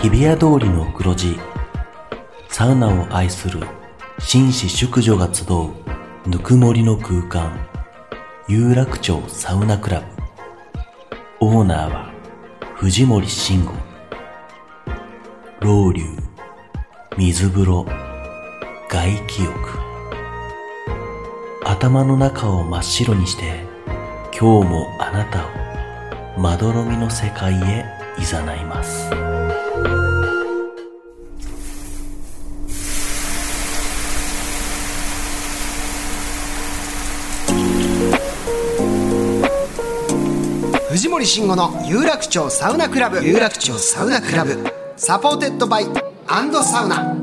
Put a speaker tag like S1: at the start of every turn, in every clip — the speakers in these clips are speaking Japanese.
S1: 日比谷通りの黒字サウナを愛する紳士淑女が集うぬくもりの空間有楽町サウナクラブオーナーは藤森慎吾老流水風呂外気浴頭の中を真っ白にして今日もあなたをまどろみの世界へ誘います
S2: 藤森慎吾の有楽町サウナクラブ有楽町サウナクラブサポーテッドバイアンドサウナ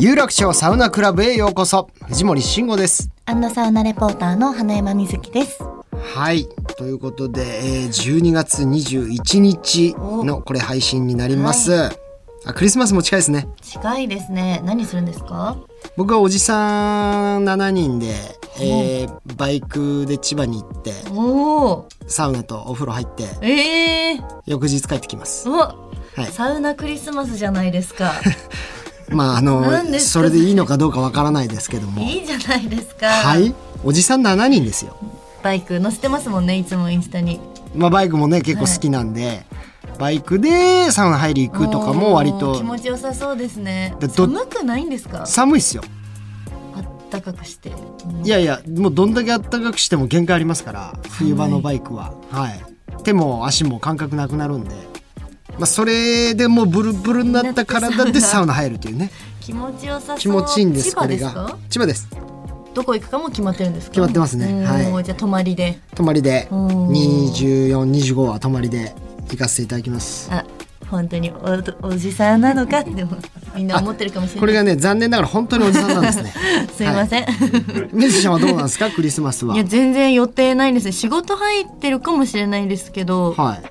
S2: 有楽町サウナクラブへようこそ藤森慎吾です
S3: アンドサウナレポーターの花山瑞希です。
S2: はいということで、えー、12月21日のこれ配信になります、あクリスマスも近いですね
S3: 近いですね。何するんですか？
S2: 僕はおじさん7人で、えーバイクで千葉に行って
S3: おお、
S2: サウナとお風呂入って
S3: ええ
S2: 翌日帰ってきます
S3: ー、も
S2: はい
S3: サウナクリスマスじゃないで すか。
S2: まああ
S3: 何
S2: の
S3: ですか
S2: それでいいのかどうかわからないですけども
S3: いいじゃないですか。
S2: はいおじさん7人ですよ、
S3: バイク乗せてますもんね。いつもインスタに。
S2: まあ、バイクもね結構好きなんで、バイクでサウナ入り行くとかも割
S3: お
S2: と
S3: ー気持ちよさそうですね
S2: だ。ど
S3: 寒くないんですか？
S2: 寒いっすよ
S3: あったかくして。
S2: いやいやもうどんだけ暖かくしても限界ありますから冬場のバイクは、はい手も足も感覚なくなるんで、まあ、それでもうブルブルになった体でサウナ入るというね
S3: 気持ちよさそう。
S2: 気持ちいいんです
S3: 千葉
S2: これ
S3: です
S2: が
S3: か？
S2: 千葉です
S3: どこ行くかも決まってるんですか？
S2: 決まってますね
S3: うん
S2: はい
S3: もうじゃあ泊まりで。
S2: 泊まりで
S3: おー
S2: 2425は泊まりで行かせていただきます
S3: あ本当におおじさんなのかってもみんな思ってるかもしれない
S2: これがね残念ながら本当におじさんなんです ね
S3: すいません、
S2: 水木ちゃんはどうなんですかクリスマス
S3: 、
S2: はい
S3: や全然予定ないですね仕事入ってるかもしれないですけど、
S2: はい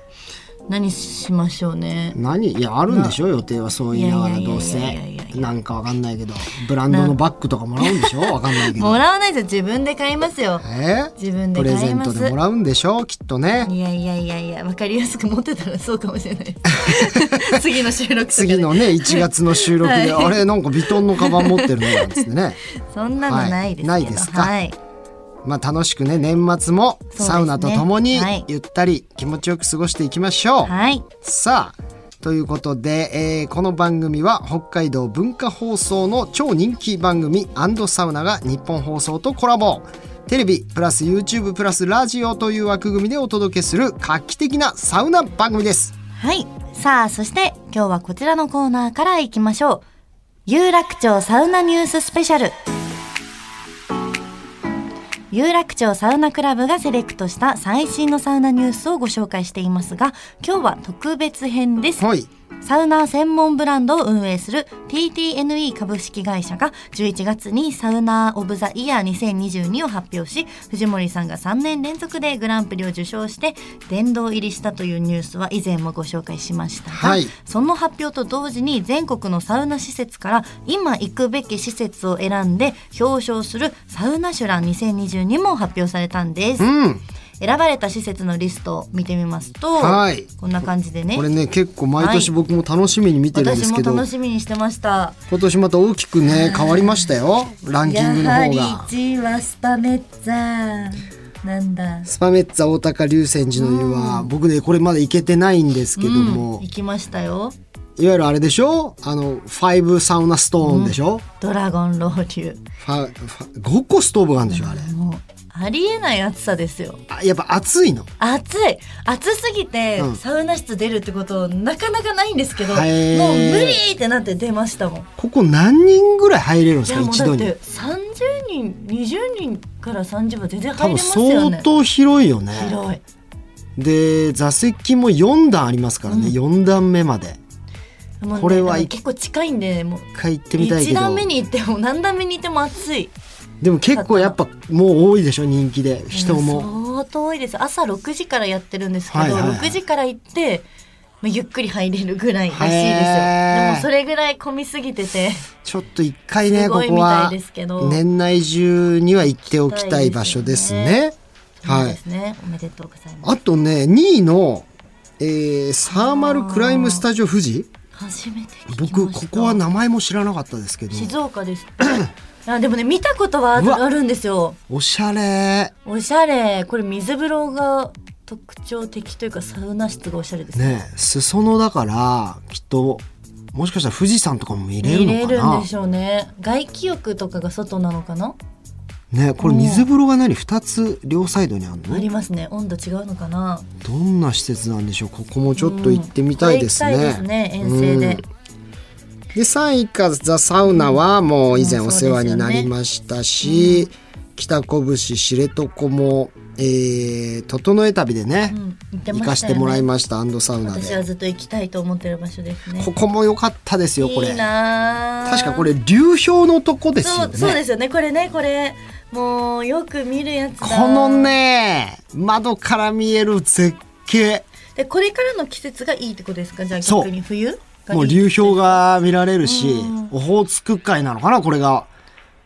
S3: 何しましょうね
S2: 何いやあるんでしょ予定はそう言いながら
S3: いやいやいやいや
S2: どうせ
S3: いやいやいや
S2: なんかわかんないけどブランドのバッグとかもらうんでしょわかんないけど
S3: もらわないですよ自分で買いますよ
S2: え
S3: 自分で
S2: プ
S3: 買
S2: レゼ
S3: い
S2: ン
S3: ま
S2: ト
S3: す
S2: でもらうんでしょきっとね
S3: いやいやいやいや分かりやすく持ってたらそうかもし れない次の収録とかで
S2: 次のね1月の収録で、
S3: はい
S2: あれなんかヴィトンのカバン持ってるねなんつってね
S3: そんなのないですけど、
S2: は
S3: はい
S2: な
S3: い、
S2: いですかまあ楽しくね年末も
S3: すね
S2: サウナとともに
S3: はい
S2: ゆったり気持ちよく過ごしていきましょう、
S3: はい
S2: さあということで、えーこの番組は北海道文化放送の超人気番組サウナが日本放送とコラボテレビプラス YouTube プラスラジオという枠組みでお届けする画期的なサウナ番組です
S3: はい。さあ、そして今日はこちらのコーナーから行きましょう。有楽町サウナニューススペシャル。有楽町サウナクラブがセレクトした最新のサウナニュースをご紹介していますが、今日は特別編です。
S2: はい
S3: サウナー専門ブランドを運営する TTNE 株式会社が11月にサウナー・オブ・ザ・イヤー2022を発表し藤森さんが3年連続でグランプリを受賞して殿堂入りしたというニュースは以前もご紹介しましたが、
S2: はい
S3: その発表と同時に全国のサウナ施設から今行くべき施設を選んで表彰するサウナシュラン2022も発表されたんです。
S2: うん
S3: 選ばれた施設のリストを見てみますと、
S2: はい
S3: こんな感じでね
S2: これね結構毎年僕も楽しみに見てるんで
S3: 私
S2: す
S3: も
S2: けど、
S3: 楽しみにしてました
S2: 今年また大きくね変わりましたよランキングの
S3: やは
S2: 方
S3: り
S2: が
S3: 1位はスパメッツァなんだ
S2: スパメッツァ大高龍泉寺の湯は、僕ねこれまだ行けてないんですけども、
S3: 行きましたよ
S2: いわゆるあれでしょあのファイブサウナストーンでしょ、
S3: ドラゴンロウリュ
S2: ファファ5個ストーブがあるんでしょあれ
S3: ウもうありえない暑さですよ
S2: あやっぱ暑いの
S3: 暑い暑すぎて、
S2: うん
S3: サウナ室出るってことなかなかないんですけどもう無
S2: へー
S3: 理ってなって出ましたもん
S2: ここ何人ぐらい入れるんで
S3: い
S2: す
S3: や
S2: か
S3: もう
S2: 一
S3: だ
S2: 度
S3: っ
S2: に
S3: て30人20人から30は全
S2: 多
S3: 然入れ
S2: 分
S3: ますよ
S2: 相
S3: ね
S2: 当広いよね
S3: 広い
S2: で座席も4段ありますからね、4段目まで
S3: もうね
S2: これは
S3: でも結構近いんでもう
S2: 一回行ってみたいけ
S3: 一
S2: ど
S3: 段目に行っても何段目に行っても暑い
S2: でも結構やっぱもう多いでしょ人気で人
S3: いや
S2: も
S3: 相当多いです朝6時からやってるんですけど、
S2: はいはいはい
S3: 6時から行って、まあ、ゆっくり入れるぐらいらしいですよ
S2: へー
S3: でもそれぐらい混みすぎてて
S2: ちょっと一回ね
S3: す
S2: こ
S3: ごい
S2: こは
S3: みたいですけど
S2: 年内中には行っておきたい場所ですね
S3: そうですね。おめでとうございます。
S2: あとね2位の、えーサーマルクライムスタジオ富士
S3: 初めて聞きました。
S2: 僕ここは名前も知らなかったですけど
S3: 静岡です。 あでもね見たことはあ
S2: う
S3: る
S2: わ
S3: あるんですよ。
S2: おしゃれ
S3: おしゃれこれ水風呂が特徴的というかサウナ室がおしゃれですね。
S2: ねえ裾野だからきっともしかしたら富士山とかも見れる
S3: 見
S2: の
S3: れ
S2: か
S3: る
S2: なん
S3: でしょうね。外気浴とかが外なのかな？
S2: ねえこれ水風呂が何2つ両サイドにある
S3: あ
S2: の
S3: りますね。温度違うのかな？
S2: どんな施設なんでしょうここもちょっと行ってみたいですね,、
S3: 行きたいですね。遠征で。
S2: で3位かザ・サウナはもう以前お世話になりましたし、北拳知床も、えー、整え旅でね、
S3: うん行ってましたよね
S2: 行かしてもらいましたアンドサウナ
S3: 私は
S2: で
S3: ずっと行きたいと思ってる場所ですね。
S2: ここも良かったですよこれ
S3: いいなあ
S2: 確かこれ流氷のとこです
S3: そ
S2: よ
S3: う
S2: ね
S3: そうですよねこれねこれもうよく見るやつだ
S2: このね窓から見える絶景
S3: でこれからの季節がいいってことですかじゃあ
S2: そう
S3: 逆に冬がいい
S2: もう流氷が見られるし、オホーツク海なのかなこれが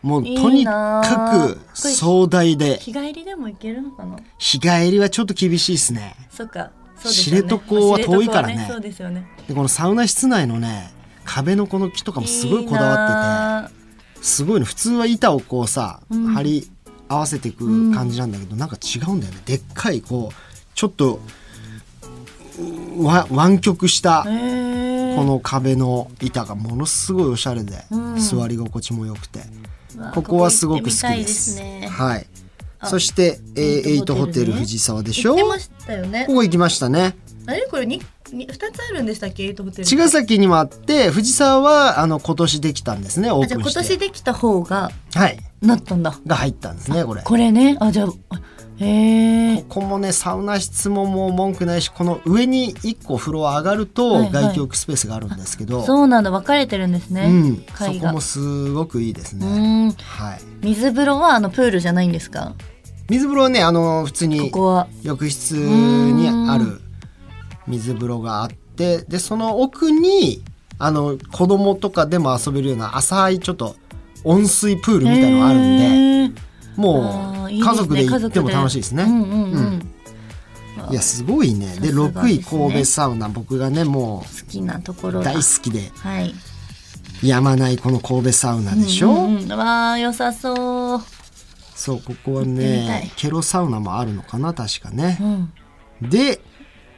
S2: もう
S3: いい
S2: とに
S3: な
S2: かく
S3: これ
S2: 壮大で
S3: 日帰りでも行けるのかな
S2: 日帰りはちょっと厳しいですね
S3: そっかそうですよね
S2: 知床は遠いからね
S3: 知床はそうですよね
S2: でこのサウナ室内のね壁のこの木とかもすごいこだわ
S3: ってて
S2: っててすごいの普通は板をこうさ、
S3: ん
S2: 貼り合わせていく感じなんだけど、なんか違うんだよねでっかいこうちょっとうわ湾曲した
S3: へえ
S2: この壁の板がものすごいおしゃれで、
S3: うん
S2: 座り心地も良くて、
S3: うわ
S2: ここはすごく好きです
S3: ここ行ってみたいですね
S2: はいそして、えー、エイトホテル藤沢でしょ
S3: 行って
S2: こ
S3: ましたよね
S2: こ行きましたね
S3: あれこれにに二つあるんでしたっけエイトホテル
S2: 茅ヶ崎にもあって藤沢はあの今年できたんですねオ
S3: あ
S2: ー
S3: じゃあ
S2: プン
S3: 今
S2: して
S3: 年できた方が
S2: はい
S3: なったんだ
S2: が入ったんですねこれ
S3: これねあじゃああへえ
S2: ここもねサウナ室ももう文句ないしこの上に1個フロア上がる
S3: はい
S2: と
S3: はい
S2: 外気浴スペースがあるんですけど、
S3: そうなんだ分かれてるんですね、
S2: うん、そ
S3: 階
S2: こ
S3: が
S2: もすごくいいです
S3: う
S2: ね、
S3: ん
S2: はい、
S3: 水風呂はあのプールじゃないんですか
S2: 水風呂はねあの普通
S3: こ
S2: に
S3: こは
S2: 浴室にある水風呂があってでその奥にあの子供とかでも遊べるような浅いちょっと温水プールみたいのがあるんで、
S3: んで
S2: もう家族で行っても楽しいですね。
S3: うんうんうん、
S2: うんいやすごいね。で
S3: さすが
S2: 6位
S3: ですね
S2: 神戸サウナ、僕がねも
S3: 好きなところ
S2: う
S3: だ
S2: 大好きで
S3: はい
S2: やまないこの神戸サウナでしょ。
S3: うんうん、わあ良さそう、
S2: そうここは
S3: 行ってみたい
S2: ねケロサウナもあるのかな確かね
S3: う。ん、
S2: で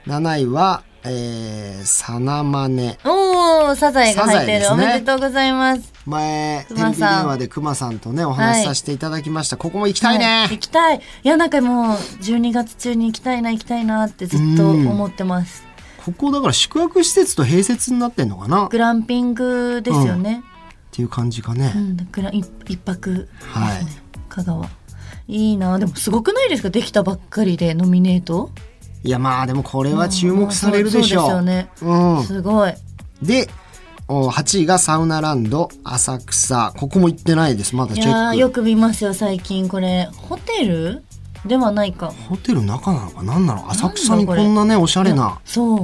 S2: 7位は、えー、サナマネ
S3: おおサザエが入ってる、
S2: サ
S3: お
S2: ザエですね
S3: めでとうございます
S2: 前テレ
S3: 熊さん
S2: ビ電話でクマさんとねお話しさせていただきました、ここも行きたいね、
S3: は行きたいいやなんかもう12月中に行きたいな行きたいなってずっと思ってます
S2: ここだから宿泊施設と併設になってんのかなっ
S3: グランピングですよね、
S2: ていう感じかね、
S3: うん、グラン一一泊ですね、
S2: はい
S3: 香川いいなでもすごくないですかできたばっかりでノミネート
S2: いやまあでもこれは注目されるでしょう,、
S3: まあそうです
S2: うん
S3: よねすごい
S2: でお8位がサウナランド浅草ここも行ってないですまだ
S3: い
S2: チェ
S3: や
S2: ッ
S3: ーよ
S2: ク
S3: く見ますよ最近これホテルではないか
S2: ホテルの中なのか何なの浅草
S3: なん
S2: に
S3: だこ
S2: こ
S3: れ
S2: んなねおしゃれ
S3: い
S2: な
S3: やそう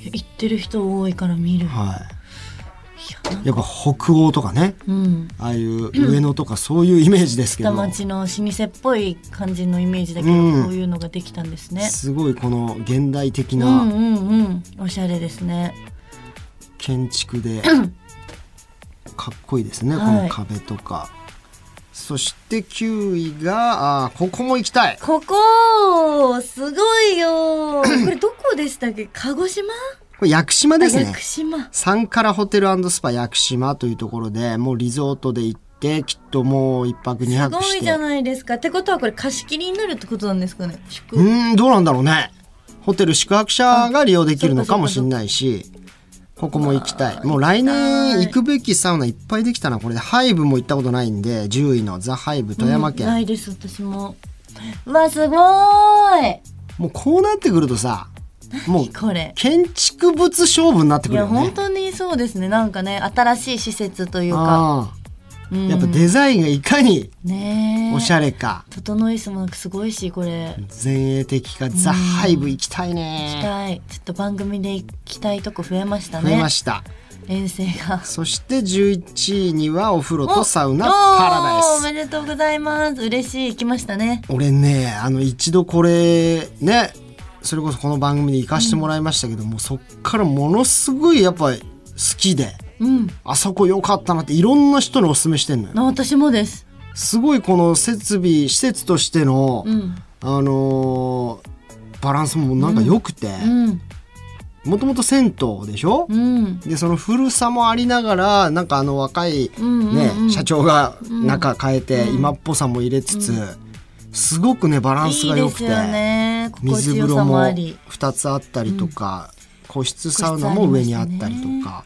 S3: いや行ってる人多いから見るい
S2: はい
S3: や
S2: やっぱ北欧とかね
S3: うん
S2: ああいう上野とかそういうイメージですけど、
S3: 下町の老舗っぽい感じのイメージだけど、
S2: うん
S3: こういうのができたんですね
S2: すごいこの現代的
S3: う
S2: なん
S3: うんうんおしゃれですね
S2: 建築 で、かっこいいですね、
S3: はい
S2: この壁とかそして9位があーここも行きたい
S3: ここすご いよこれどこでしたっけ鹿児島
S2: これ屋久島ですね
S3: 屋久島
S2: サンカラホテルスパ屋久島というところでもうリゾートで行ってきっともう1泊2
S3: す
S2: 泊
S3: ご
S2: し
S3: いじゃ
S2: て
S3: ないですかってことはこれ貸し切りになるってことなんですかね宿
S2: うーんどうなんだろうねホテル宿泊者が利用できるのかもしれないしここも行きたいもう来年行くべきサウナいっぱいできたなこれでハイブも行ったことないんで10位のザ・ハイブ富山県、
S3: ないです私もうわすごーい
S2: もうこうなってくるとさもう
S3: これ
S2: 建築物勝負になって
S3: い
S2: くる
S3: や
S2: よね
S3: 本当にそうですねなんかね新しい施設というか、
S2: あ
S3: うん
S2: あやっぱデザインがいかに
S3: ねえ
S2: おしゃれか、
S3: 整いすもなんかすごいしこれ
S2: 前衛的かザ・ハイブ行きたいね
S3: 行きたいちょっと番組で行きたいとこ増えました
S2: 増
S3: ね
S2: えました、
S3: 遠征が。
S2: そして11位にはお風呂とサウナ
S3: お
S2: パラダイ
S3: お
S2: ス
S3: めでとうございます。嬉しい。来ましたね。
S2: 俺ねあの一度これねそれこそこの番組で行かしてもらいましたけども、そっからものすごいやっぱり好きで
S3: うん。
S2: あそこ良かったなっていろんな人におすすめしてんのよ
S3: あ私もです。
S2: すごいこの設備施設としての、
S3: うん。
S2: あのーバランスもなんか良くて
S3: うん。
S2: もともと銭湯でしょ、
S3: うん。
S2: でその古さもありながらなんかあの若い、ね
S3: うんうんうん
S2: 社長が中変えて、今っぽさも入れつつ、すごくねバランス
S3: いい
S2: が良
S3: で
S2: く
S3: す
S2: て
S3: よね。心
S2: 水
S3: 地よ
S2: 風呂
S3: さも
S2: も
S3: あり。
S2: 2つあったりとか、個室サウナも上にあったりとか、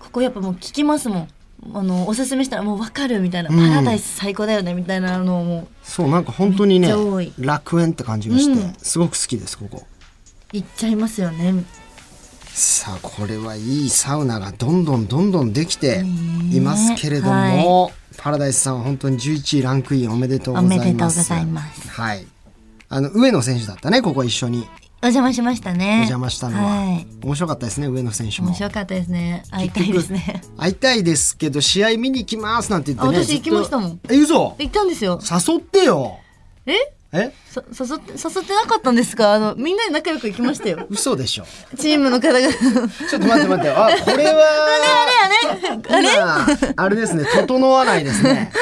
S3: ここやっぱもう聞きますもん。あのおすすめしたらもうわかるみたいな、
S2: うん
S3: パラダイス最高だよねみたいなのをも
S2: そうなんか本当に
S3: め
S2: ね
S3: っちゃ多い
S2: 楽園って感じがして、
S3: うん
S2: すごく好きですここ。
S3: ういっちゃいますよね。
S2: さあこれはいいサウナがどんどんどんどんできていますけれども、パラダイスさんは本当に11位ランクインおめでとうございます。
S3: おめでとうございます
S2: はい。あの上野選手だったねここ一緒に
S3: お邪魔しましたね。
S2: お邪魔したのは、
S3: はい。
S2: 面白かったですね上野選手も
S3: 面。白かったですね。会いたいですね。
S2: 会いたいですけど試合見に行きますなんて言ってね。
S3: あ私行きましたもん
S2: ずっとえ嘘
S3: 行ったんですよ。
S2: 誘ってよ。
S3: え
S2: え
S3: そ誘って誘ってなかったんですかあのみんなで仲良く行きましたよ
S2: 嘘でしょ。
S3: チームの方 があれ
S2: ちょっと待って待ってあこれは。
S3: あれ
S2: 今あれですね整わないですね。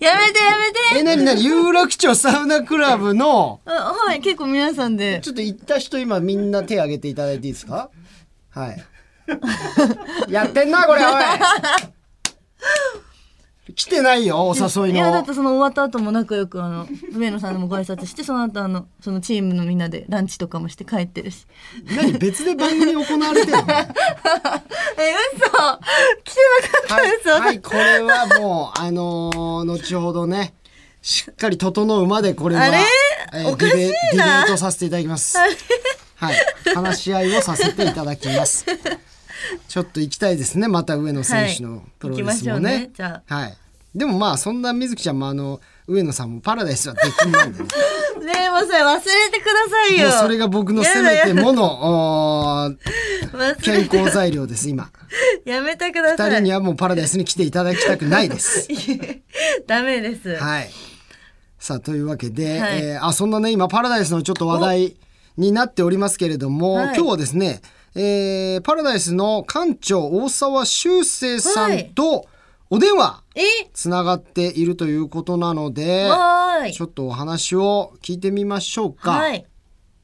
S3: やめてやめて
S2: え、なになに、有楽町サウナクラブの、
S3: あはい結構皆さんで
S2: ちょっと行った人今みんな手挙げていただいていいですかはい。やってんな、これ、おい来てないよ、お誘い
S3: いやだっ
S2: の
S3: て。その終わった後も仲良くあの上野さんにもご挨拶してその後あのそのチームのみんなでランチとかもして帰ってるし
S2: 何、別で番組行われてるのは
S3: え嘘来てなかったで
S2: い、
S3: す、私
S2: はい、これはもう、あのー後ほどね、しっかり整うまで、これは、
S3: あれ
S2: ー
S3: おか
S2: デ
S3: しいな
S2: ィベディベートさせていただきます。はい、話し合いをさせていただきます。ちょっと行きたいですね、また上野選手のプロレスも
S3: はい行きましょうね
S2: ね。
S3: じゃ
S2: はい。でもまあそんな水木ちゃんもあの上野さんもパラダイスはできないんで、ね、
S3: あねえもうそれ忘れてください
S2: も
S3: よ
S2: うそれが僕のせめてものおー
S3: 忘
S2: 健
S3: れ
S2: 康材料です 今。
S3: やめてくだ
S2: 二
S3: さ
S2: 人に
S3: い
S2: はもうパラダイスに来ていただきたくないです。
S3: ダメです、
S2: はい。さあというわけで、
S3: はい
S2: えーあそんなね今パラダイスのちょっと話題になっておりますけれども、
S3: はい
S2: 今日はですね、えーパラダイスの館長大沢修正さんとお電話
S3: え
S2: つながっているということなので、
S3: わーい
S2: ちょっとお話を聞いてみましょうか。
S3: はい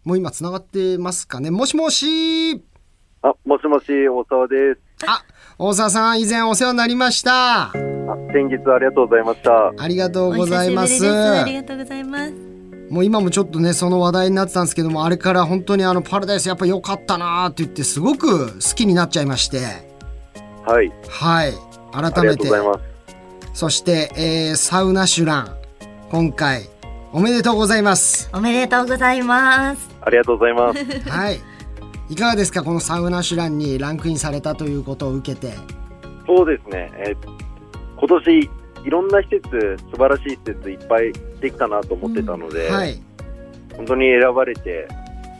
S2: もう今つながってますかね。もしもし。
S4: あ、もしもし、大沢です。
S2: あ、大沢さん以前お世話になりました。
S4: あ先日はありがとうございました。
S2: ありがとうございま
S3: お久
S2: す
S3: しぶりでありがとうございます
S2: もう今もちょっとねその話題になってたんですけどもあれから本当にあのパラダイスやっぱ良かったなーって言ってすごく好きになっちゃいまして
S4: はい、
S2: はい
S4: あ
S2: 改
S4: り
S2: め
S4: がと
S2: て
S4: うございます。
S2: そして、えーサウナシュラン今回おめでとうございます
S3: おめでとうございます
S4: ありがとうございます。
S2: はい。いかがですかこのサウナシュランにランクインされたということを受けて。
S4: そうですね、えー今年、いろんな施設、素晴らしい施設いっぱいできたなと思ってたので、
S2: はい。
S4: 本当に選ばれて、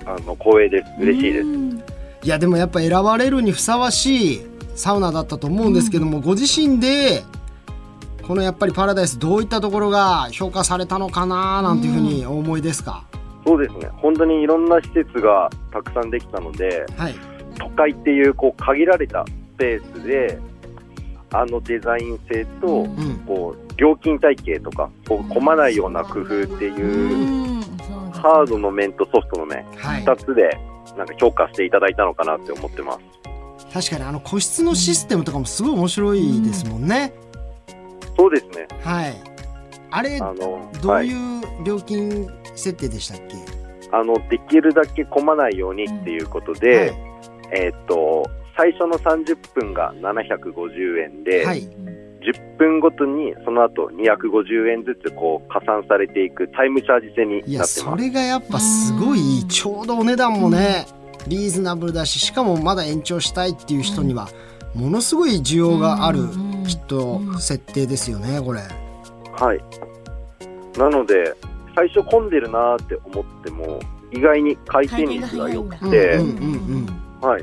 S4: あの、光栄です。嬉しいです。
S3: うん
S2: いやでもやっぱ選ばれるにふさわしいサウナだったと思うんですけども、ご自身でこのやっぱりパラダイスどういったところが評価されたのかななんていうふうにお思いですか。
S4: そうですね、本当にいろんな施設がたくさんできたので、
S2: はい。
S4: 都会っていう、こう、限られたスペースで、あのデザイン性と、
S2: うん。
S4: こう、料金体系とか、こう、混まないような工夫っ
S3: う
S4: ていう、
S3: んそうだ
S4: ハードの面とソフトの面、
S2: はい。
S4: 2つでなんか評価していただいたのかなって思ってます。
S2: 確かにあの個室のシステムとかもすごい面白いですもんね。
S4: そうですね。
S2: はい。あれ
S4: あの、
S2: どう
S4: はい。
S2: いう料金設定でしたっけ。
S4: あの、できるだけ混まないようにっていうことで、えーっと、最初の30分が750円で、
S2: はい。
S4: 10分ごとにその後250円ずつこう加算されていくタイムチャージ制に
S2: い
S4: な
S2: や
S4: って
S2: そ
S4: ます。
S2: れがやっぱすごいいいちょうどお値段もねリーズナブルだししかもまだ延長したいっていう人にはものすごい需要がある
S3: うんうん
S2: きっと設定ですよねこれ
S4: はい。なので、最初混んでるなーって思っても、意外に回転率が良く
S2: うん
S4: て、
S2: うんうん
S4: はい、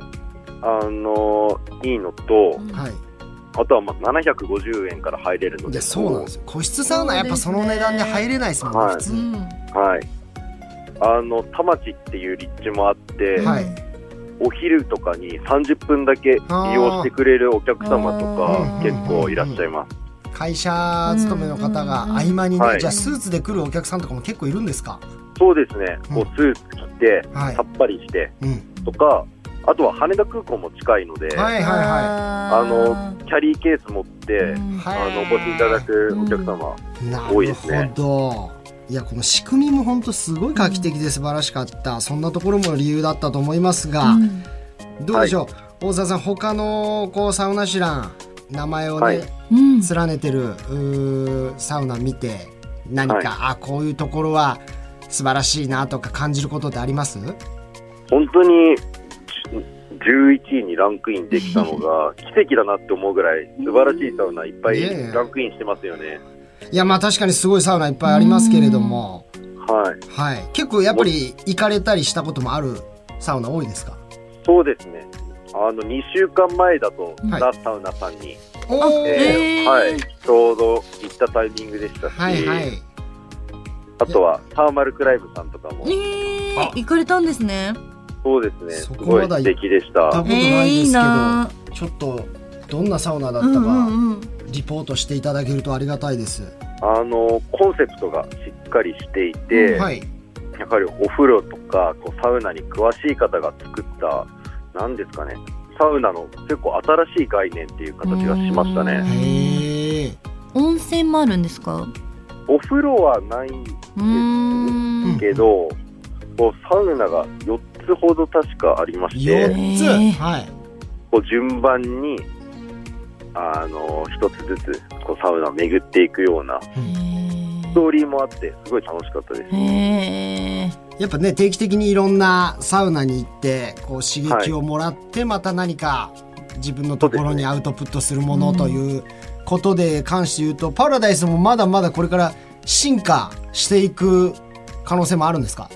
S4: あのいいのと、
S3: うん
S2: はい
S4: あとはまあ750円から入れるの
S2: い
S4: で、
S2: やそうなんですよ個室サウナやっぱその値段で入れないですもんね、
S4: はい
S2: 普通、
S3: うん
S4: はい、あの田町っていう立地もあって、
S2: はい
S4: お昼とかに30分だけ利用してくれるお客様と
S2: あ
S4: か
S2: ー
S4: 結構いらっしゃいます。
S2: 会社勤めの方が合間にね、
S4: はい
S2: じゃあスーツで来るお客さんとかも結構いるんですか
S4: そうですね、
S2: うん
S4: こうスーツ着て
S2: はい
S4: さっぱりして
S2: うん
S4: とかあとは羽田空港も近いので、
S2: はいはいは
S3: あ
S4: のキャリーケース持って、
S3: うん
S2: はい
S4: あのお越しいただくお客様、
S2: いな
S4: 多い
S2: る
S4: ですね
S2: ほどいやこの仕組みも本当すごい画期的で素晴らしかった、そんなところも理由だったと思いますが、
S3: うん
S2: どうでしょう、大沢さん他のこうサウナ知らん名前をね、
S4: はい
S3: うん
S2: 連ねてるうーサウナ見て何か、
S4: はい
S2: あこういうところは素晴らしいなとか感じることってあります
S4: 本当にじゅ11位にランクインできた のが奇跡だなって思うぐらい素晴らしいサウナいっぱ
S2: いやいや
S4: いランクインしてますよね。
S2: いやまあ確かにすごいサウナいっぱいありますけれども、
S4: はい
S2: はい、結構やっぱり行かれたりしたこともあるサウナ多いですか
S4: そうですね。あの2週間前だと、
S2: はい
S4: ザ・サウナさんに、
S2: おー
S4: え
S3: へー
S4: ーはい、ちょうど行ったタイミングでしたし、
S2: はいはい
S4: あとはターマルクライブさんとかも、
S3: えー、行かれたんですね。
S4: そうですね、
S2: そ
S4: す
S2: こ
S4: ご
S2: ま
S4: い
S2: だ
S4: 素敵でした。
S2: 行った
S4: は
S2: こと
S3: え
S2: な
S3: ー、
S2: い
S3: い
S2: で
S3: い
S2: すけど、
S3: なー。
S2: ちょっとどんなサウナだっ
S3: う
S2: た
S3: んう
S2: か
S3: んうん。
S2: リポートしていただけるとありがたいです、
S4: あのコンセプトがしっかりしていて、
S2: はい
S4: やはりお風呂とかこうサウナに詳しい方が作った、なんですかね、サウナの結構新しい概念っていう形がしました
S3: う
S4: ね。
S3: ん
S2: へえ
S3: 温泉もあるんですか。
S4: お風呂はない
S3: うーん。
S4: けど、こうサウナが4つほど確かありまして。
S2: 4つ、
S3: へー
S2: はい
S4: こう順番にあの一つずつこうサウナを巡っていくようなストーリーもあってすごい楽しかったです
S3: へえ。
S2: やっぱね定期的にいろんなサウナに行ってこう刺激をもらって、また何か自分のところにアウトプットするものということで関して言うと、パラダイスもまだまだこれから進化していく可能性もあるんですか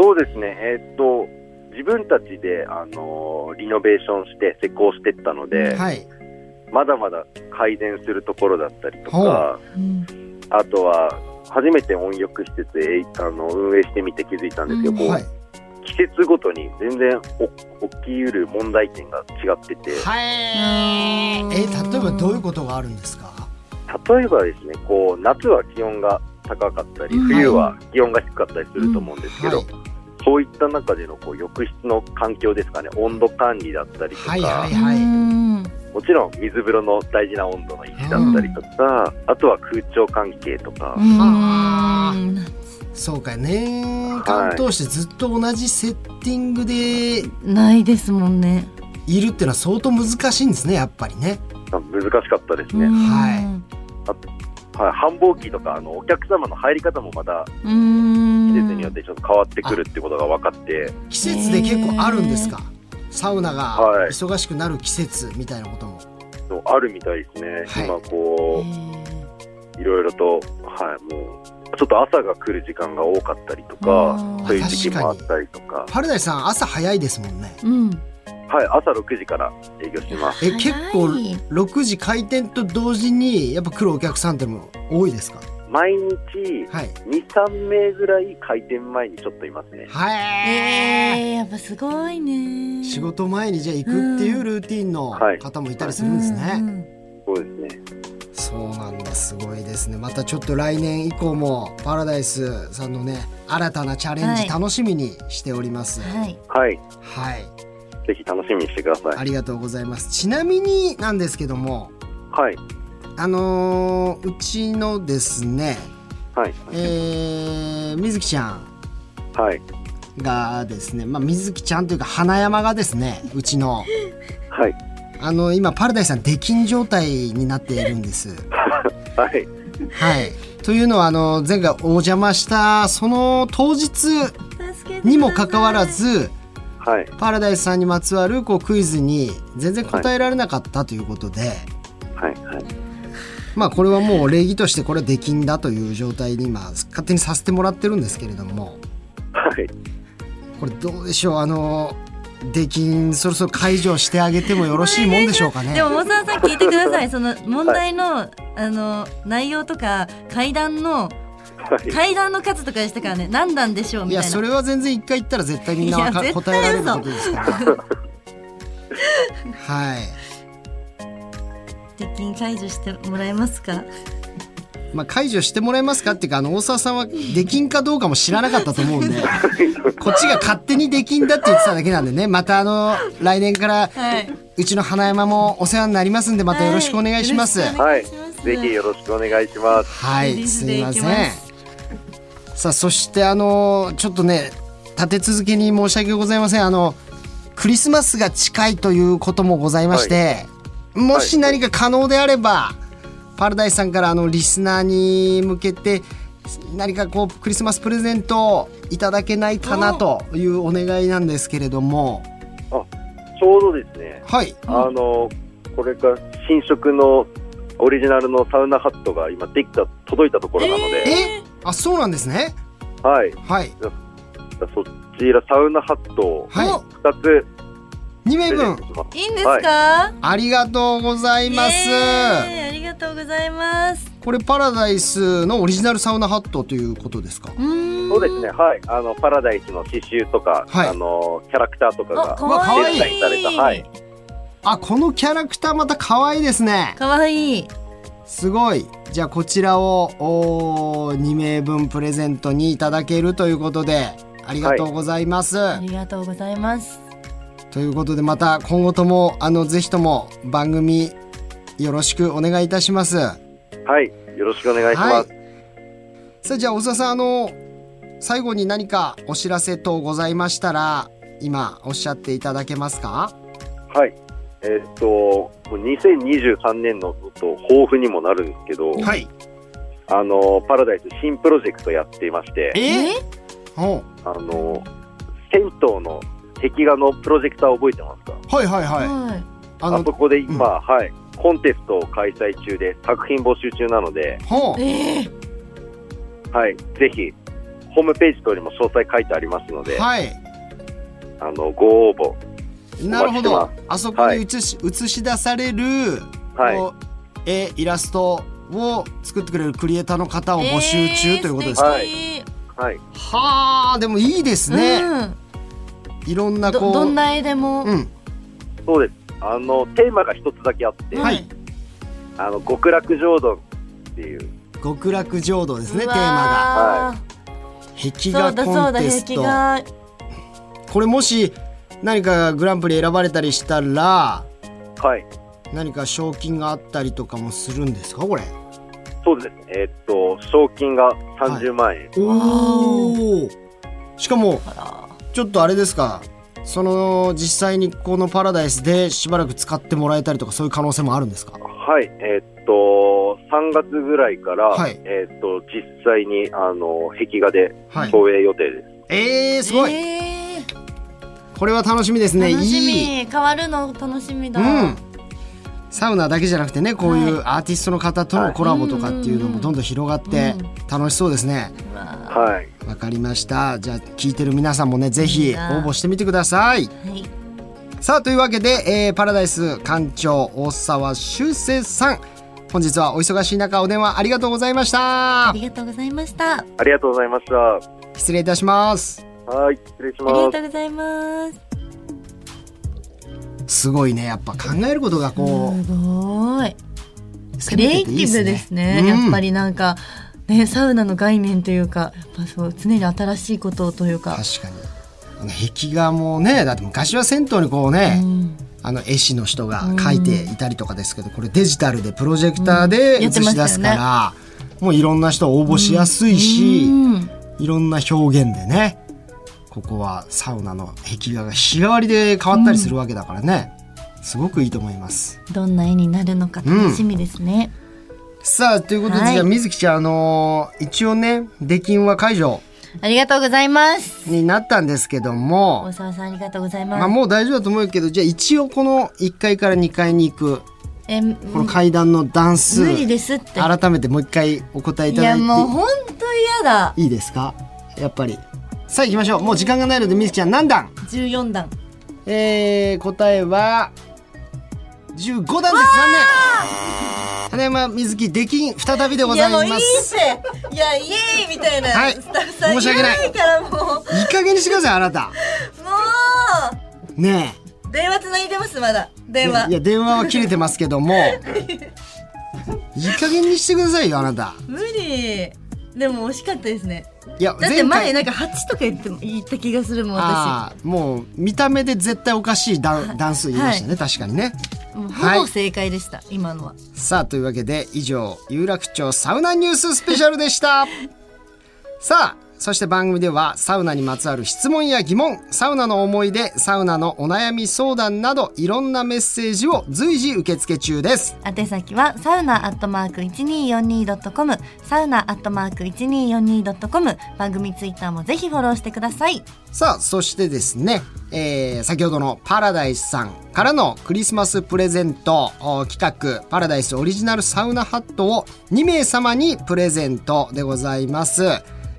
S4: そうですねえーっと自分たちであのリノベーションして施工していったので、
S2: はい
S4: まだまだ改善するところだったりと
S2: ほ
S4: か
S3: うん
S4: あとは初めて温浴施設へあの運営してみて気づいたんですけど、
S3: うん
S4: こう
S2: はい
S4: 季節ごとに全然お起きうる問題点が違ってて、
S2: はいえ例えばどういうことがあるんですか
S4: 例えばですねこう夏は気温が高かったり
S3: うん
S4: 冬は気温が低かったりすると思うんですけど、
S2: はい
S4: そういった中でのこう浴室の環境ですかね温度管理だったりとか、
S2: はいはい
S3: は。
S2: はいい
S4: もちろん水風呂の大事な温度の維持だったりとか、あとは空調関係とか、
S2: はあ
S3: うん
S2: そうか年間通してずっと同じセッティングで
S3: ないですもんね。
S2: いるっていうのは相当難しいんですねやっぱりね
S4: 難しかったですね、
S3: うん
S2: は
S4: はい、繁忙期とかあのお客様の入り方もまた
S3: うーん。
S4: 季節によってちょっと変わってくるってことが分かって、
S2: 季節で結構あるんですかサウナが
S4: はい
S2: 忙しくなる季節みたいなことも、
S4: そうあるみたいですね、
S2: はい
S4: 今こ
S3: へ
S4: ういろいろと、はい、もうちょっと朝が来る時間が多かったりと
S3: ー
S4: か。
S3: あ
S4: そう
S3: ー
S4: いう時期もあったりとか、
S2: パルダイさん朝早いですもんね
S3: うん。
S4: はい、朝6時から営業してます。
S2: え
S3: 早い
S2: 結構6時開店と同時にやっぱ来るお客さんっても多いですか
S4: 毎日
S2: はい
S4: 2、3名ぐらい開店前にちょっといますね。
S2: はい、
S3: えー、やっぱすごいね。
S2: 仕事前にじゃあ行くっていうルーティンの
S4: はい
S2: 方もいたりするんですね、
S3: うんうん
S4: そうですね。
S2: そうなんだすごいですねまたちょっと来年以降もパラダイスさんのね新たなチャレン
S3: は
S2: ジ
S3: い
S2: 楽しみにしております
S3: はい。
S4: はい、
S2: はい
S4: ぜひ楽しみにしてください。
S2: ありがとうございます。ちなみになんですけども、
S4: はい、
S2: あのーうちのですね、
S4: はい、
S2: えー、水木ちゃん
S4: はい、
S2: がですね、まあ、水木ちゃんというか花山がですね、うちの、
S4: はい、
S2: あの今パラダイスさん出禁状態になっているんです。
S4: はい、
S2: はい。というのはあの前回お邪魔したその当日にもかかわらず。
S4: はい、
S2: パラダイスさんにまつわるこうクイズに全然答えられなかったということで、
S4: はい、はい。
S2: まあこれはもう礼儀としてこれはできんだという状態に今勝手にさせてもらってるんですけれども
S4: はい、
S2: これどうでしょうあの出禁そろそろ解除してあげてもよろしいもんでしょうかね
S3: でも、モ沢さん聞いてください。その問題の、あの内容とか会談の
S4: はい
S3: 会談の数とかでしたからね。何段でしょう
S2: い
S3: みたい
S2: や
S3: な。
S2: それは全然一回言ったら絶対みんなわか
S3: いや絶対
S2: 答えられることですから はい
S3: 鉄筋解除してもらえますか。
S2: まあ、解除してもらえますかっていうかあの大沢さんはできんかどうかも知らなかったと思うんでこっちが勝手にできんだって言ってただけなんでねまたあの来年から
S3: はい。
S2: うちの花山もお世話になりますんでまたよろしくお願いします。
S3: はいよろしくお願いし
S4: はい
S3: ます
S4: ぜひよろしくお願いします
S2: は
S3: リリ
S2: い、
S3: ース
S2: す
S3: で
S2: み
S3: いき
S2: ま
S3: ます
S2: せん。さあ、そして、あの、ちょっとね、立て続けに申し訳ございません。あの、クリスマスが近いということもございまして。もし何か可能であれば、パラダイスさんから、あの、リスナーに向けて。何かこうクリスマスプレゼントをいただけないかなというお願いなんですけれども
S4: ちょうどですね
S2: はい
S4: あのこれから新色のオリジナルのサウナハットが今できた届いたところなので、
S2: えあそうなんですね
S4: はい
S2: はい
S4: そちらサウナハットを
S2: はい
S3: お
S4: 2つ
S2: 2
S4: プ
S2: 名
S4: レゼ
S2: 分
S4: ントします、
S3: いいんですか。
S2: ありがとうございます、
S3: イエーイありがとうございます。
S2: これパラダイスのオリジナルサウナハットということですか。
S3: うーん
S4: そうですね。はいあのパラダイスの刺繍とか、
S2: はい
S4: あのキャラクターとか
S3: あ、
S4: が
S3: かわいい。
S4: デザインされたはい
S2: あ、このキャラクターまた可愛いですね。
S3: かわいい。
S2: すごい。じゃあこちらをお2名分プレゼントにいただけるということで。ありがとうございます、
S3: ありがとうございます。
S2: ということでまた今後ともあのぜひとも番組よろしくお願いいたします。
S4: はいよろしくお願いします、
S2: さあじゃあ大沢さんあの最後に何かお知らせ等ございましたら今おっしゃっていただけますか。
S4: はいえーっともう2023年のと抱負にもなるんですけど、
S2: い。
S4: あのパラダイス新プロジェクトやっていまして
S2: え？お
S4: あの銭湯の壁画のプロジェクター覚えてますか
S2: はいはいはい。
S3: はい。
S2: あ
S4: あ
S2: の
S4: そこで今、はいコンテストを開催中で作品募集中なので、
S2: ほう
S3: えー
S4: はい、ぜひホームページ等にも詳細書いてありますので、
S2: はい
S4: あのご応募
S2: なるほ
S4: お
S2: ど
S4: 待
S2: あそこに映し,、映し出される、
S4: はい
S2: こう絵イラストを作ってくれるクリエイターの方を募集中ということですか、
S4: はいはい、
S2: はあでもいいです
S3: ね。
S2: ね、
S3: うん
S2: いろんなこ
S3: ど
S2: う
S3: どんな絵でも。
S2: うん
S4: そうですあのテーマが一つだけあって、
S2: はい。
S4: あの極楽浄土っていう
S2: 極楽浄土ですねテー
S3: うわ
S2: マが
S4: が
S2: 壁
S3: そうだ
S2: 画
S3: そ
S2: コ
S3: う
S2: ン
S3: だ
S2: テス
S3: 壁
S2: ト
S3: 画
S2: これもし何かグランプリ選ばれたりしたら
S4: はい
S2: 何か賞金があったりとかもするんですかこれ
S4: そうですえーっと賞金が30万円、
S2: おおしかも
S3: あら
S2: ちょっとあれですかその実際にこのパラダイスでしばらく使ってもらえたりとかそういう可能性もあるんですか
S4: はい、えーっと3月ぐらいから、
S2: はい
S4: えーっと実際にあの壁画で
S2: はい
S4: 投影予定です。
S2: えー、すごい、
S3: えー
S2: これは楽しみですね
S3: 楽し
S2: いい
S3: み変わるの楽しみ
S2: う
S3: だ
S2: んサウナだけじゃなくてねこういうアーティストの方とのコラボとかっていうのもどんどん広がって
S3: うん
S2: 楽しそうですね
S3: うわ
S4: はい
S2: わかりましたじゃあ聞いてる皆さんもねぜひ応募してみてください
S3: はい
S2: さあというわけで、えーパラダイス館長大沢修正さん本日はお忙しい中お電話ありがとうございまし
S3: あ
S2: た
S3: りがとうございましたあ
S4: ありがとうございました。は
S2: 失礼いたします
S4: い、失礼し
S3: り
S4: ま
S3: が
S4: す
S3: と。うございます
S2: すごいねやっぱ考えることがこ
S3: すごいうクリエイティブですねやっぱりなんかねサウナの概念というかやっぱそう常に新しいことをというか
S2: 確かにあの壁画もねだって昔は銭湯にこうね、
S3: うん
S2: あの絵師の人が描いていたりとかですけど、これデジタルでプロジェクターで
S3: うんや
S2: 映
S3: ってま
S2: し
S3: したよね
S2: 出すから、もういろんな人応募しやすいし、
S3: うん
S2: いろんな表現でねここはサウナの壁画が日替わりで変わったりするわけだからね、すごくいいと思います。
S3: どんな絵になるのか楽しみですね
S2: さあということで、
S3: はい
S2: じゃあみずきちゃんあのー一応ね出禁は解除
S3: ありがとうございます
S2: になったんですけども
S3: 大、沢さんありがとうござい
S2: まあ、
S3: ます
S2: もう大丈夫だと思うけどじゃあ一応この1階から2階に行く
S3: え
S2: この階段の段数、
S3: 無理ですって
S2: 改めてもう一回お答えい
S3: い
S2: ただ
S3: や
S2: いて
S3: もう本当嫌だ
S2: いいですかやっぱりさあ行きましょうもう時間がないのでみずきちゃん何段
S3: 14段
S2: えー、答えは15段です残念花山瑞希出禁再びでご
S5: い
S2: ざ
S5: や
S2: い
S5: もういい
S2: ま
S5: っ
S2: す
S5: ていやイエーイみたいな、
S2: はい
S5: スタッフさん
S2: 申し訳ない
S5: イエーイからもうも
S2: いい加減にしてくださいあなたねえ
S5: う電話つないでますまだ電話
S2: いや電話は切れてますけどもいい加減にしてくださいよあなた
S5: 無理でも惜しかったですね
S2: いや
S5: だって
S2: 前
S5: 前
S2: 回
S5: なんか8とか言っても言った気がするもん私
S2: ああもう見た目で絶対おかしい段段数言いましたね、確かにね
S5: もう
S2: はい
S5: ほぼ正解でした、今のは
S2: さあというわけで以上有楽町サウナニューススペシャルでしたさあそして番組ではサウナにまつわる質問や疑問サウナの思い出サウナのお悩み相談などいろんなメッセージを随時受付中です
S3: 宛先はサウナアットマーク 1242.com サウナアットマーク 1242.com 番組ツイッターもぜひフォローしてください
S2: さあそしてですね、えー先ほどのパラダイスさんからのクリスマスプレゼントお企画パラダイスオリジナルサウナハットを2名様にプレゼントでございます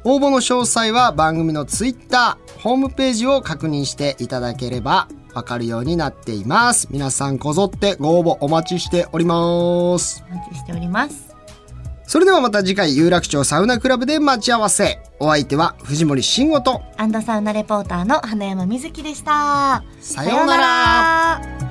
S2: 応募の詳細は番組のツイッターホームページを確認していただければわかるようになっています皆さんこぞってご応募お待ちしております
S3: お待ちしております
S2: それではまた次回有楽町サウナクラブで待ち合わせお相手は藤森慎吾と
S3: アンドサウナレポーターの花山瑞希でした
S2: さようなら
S3: さようなら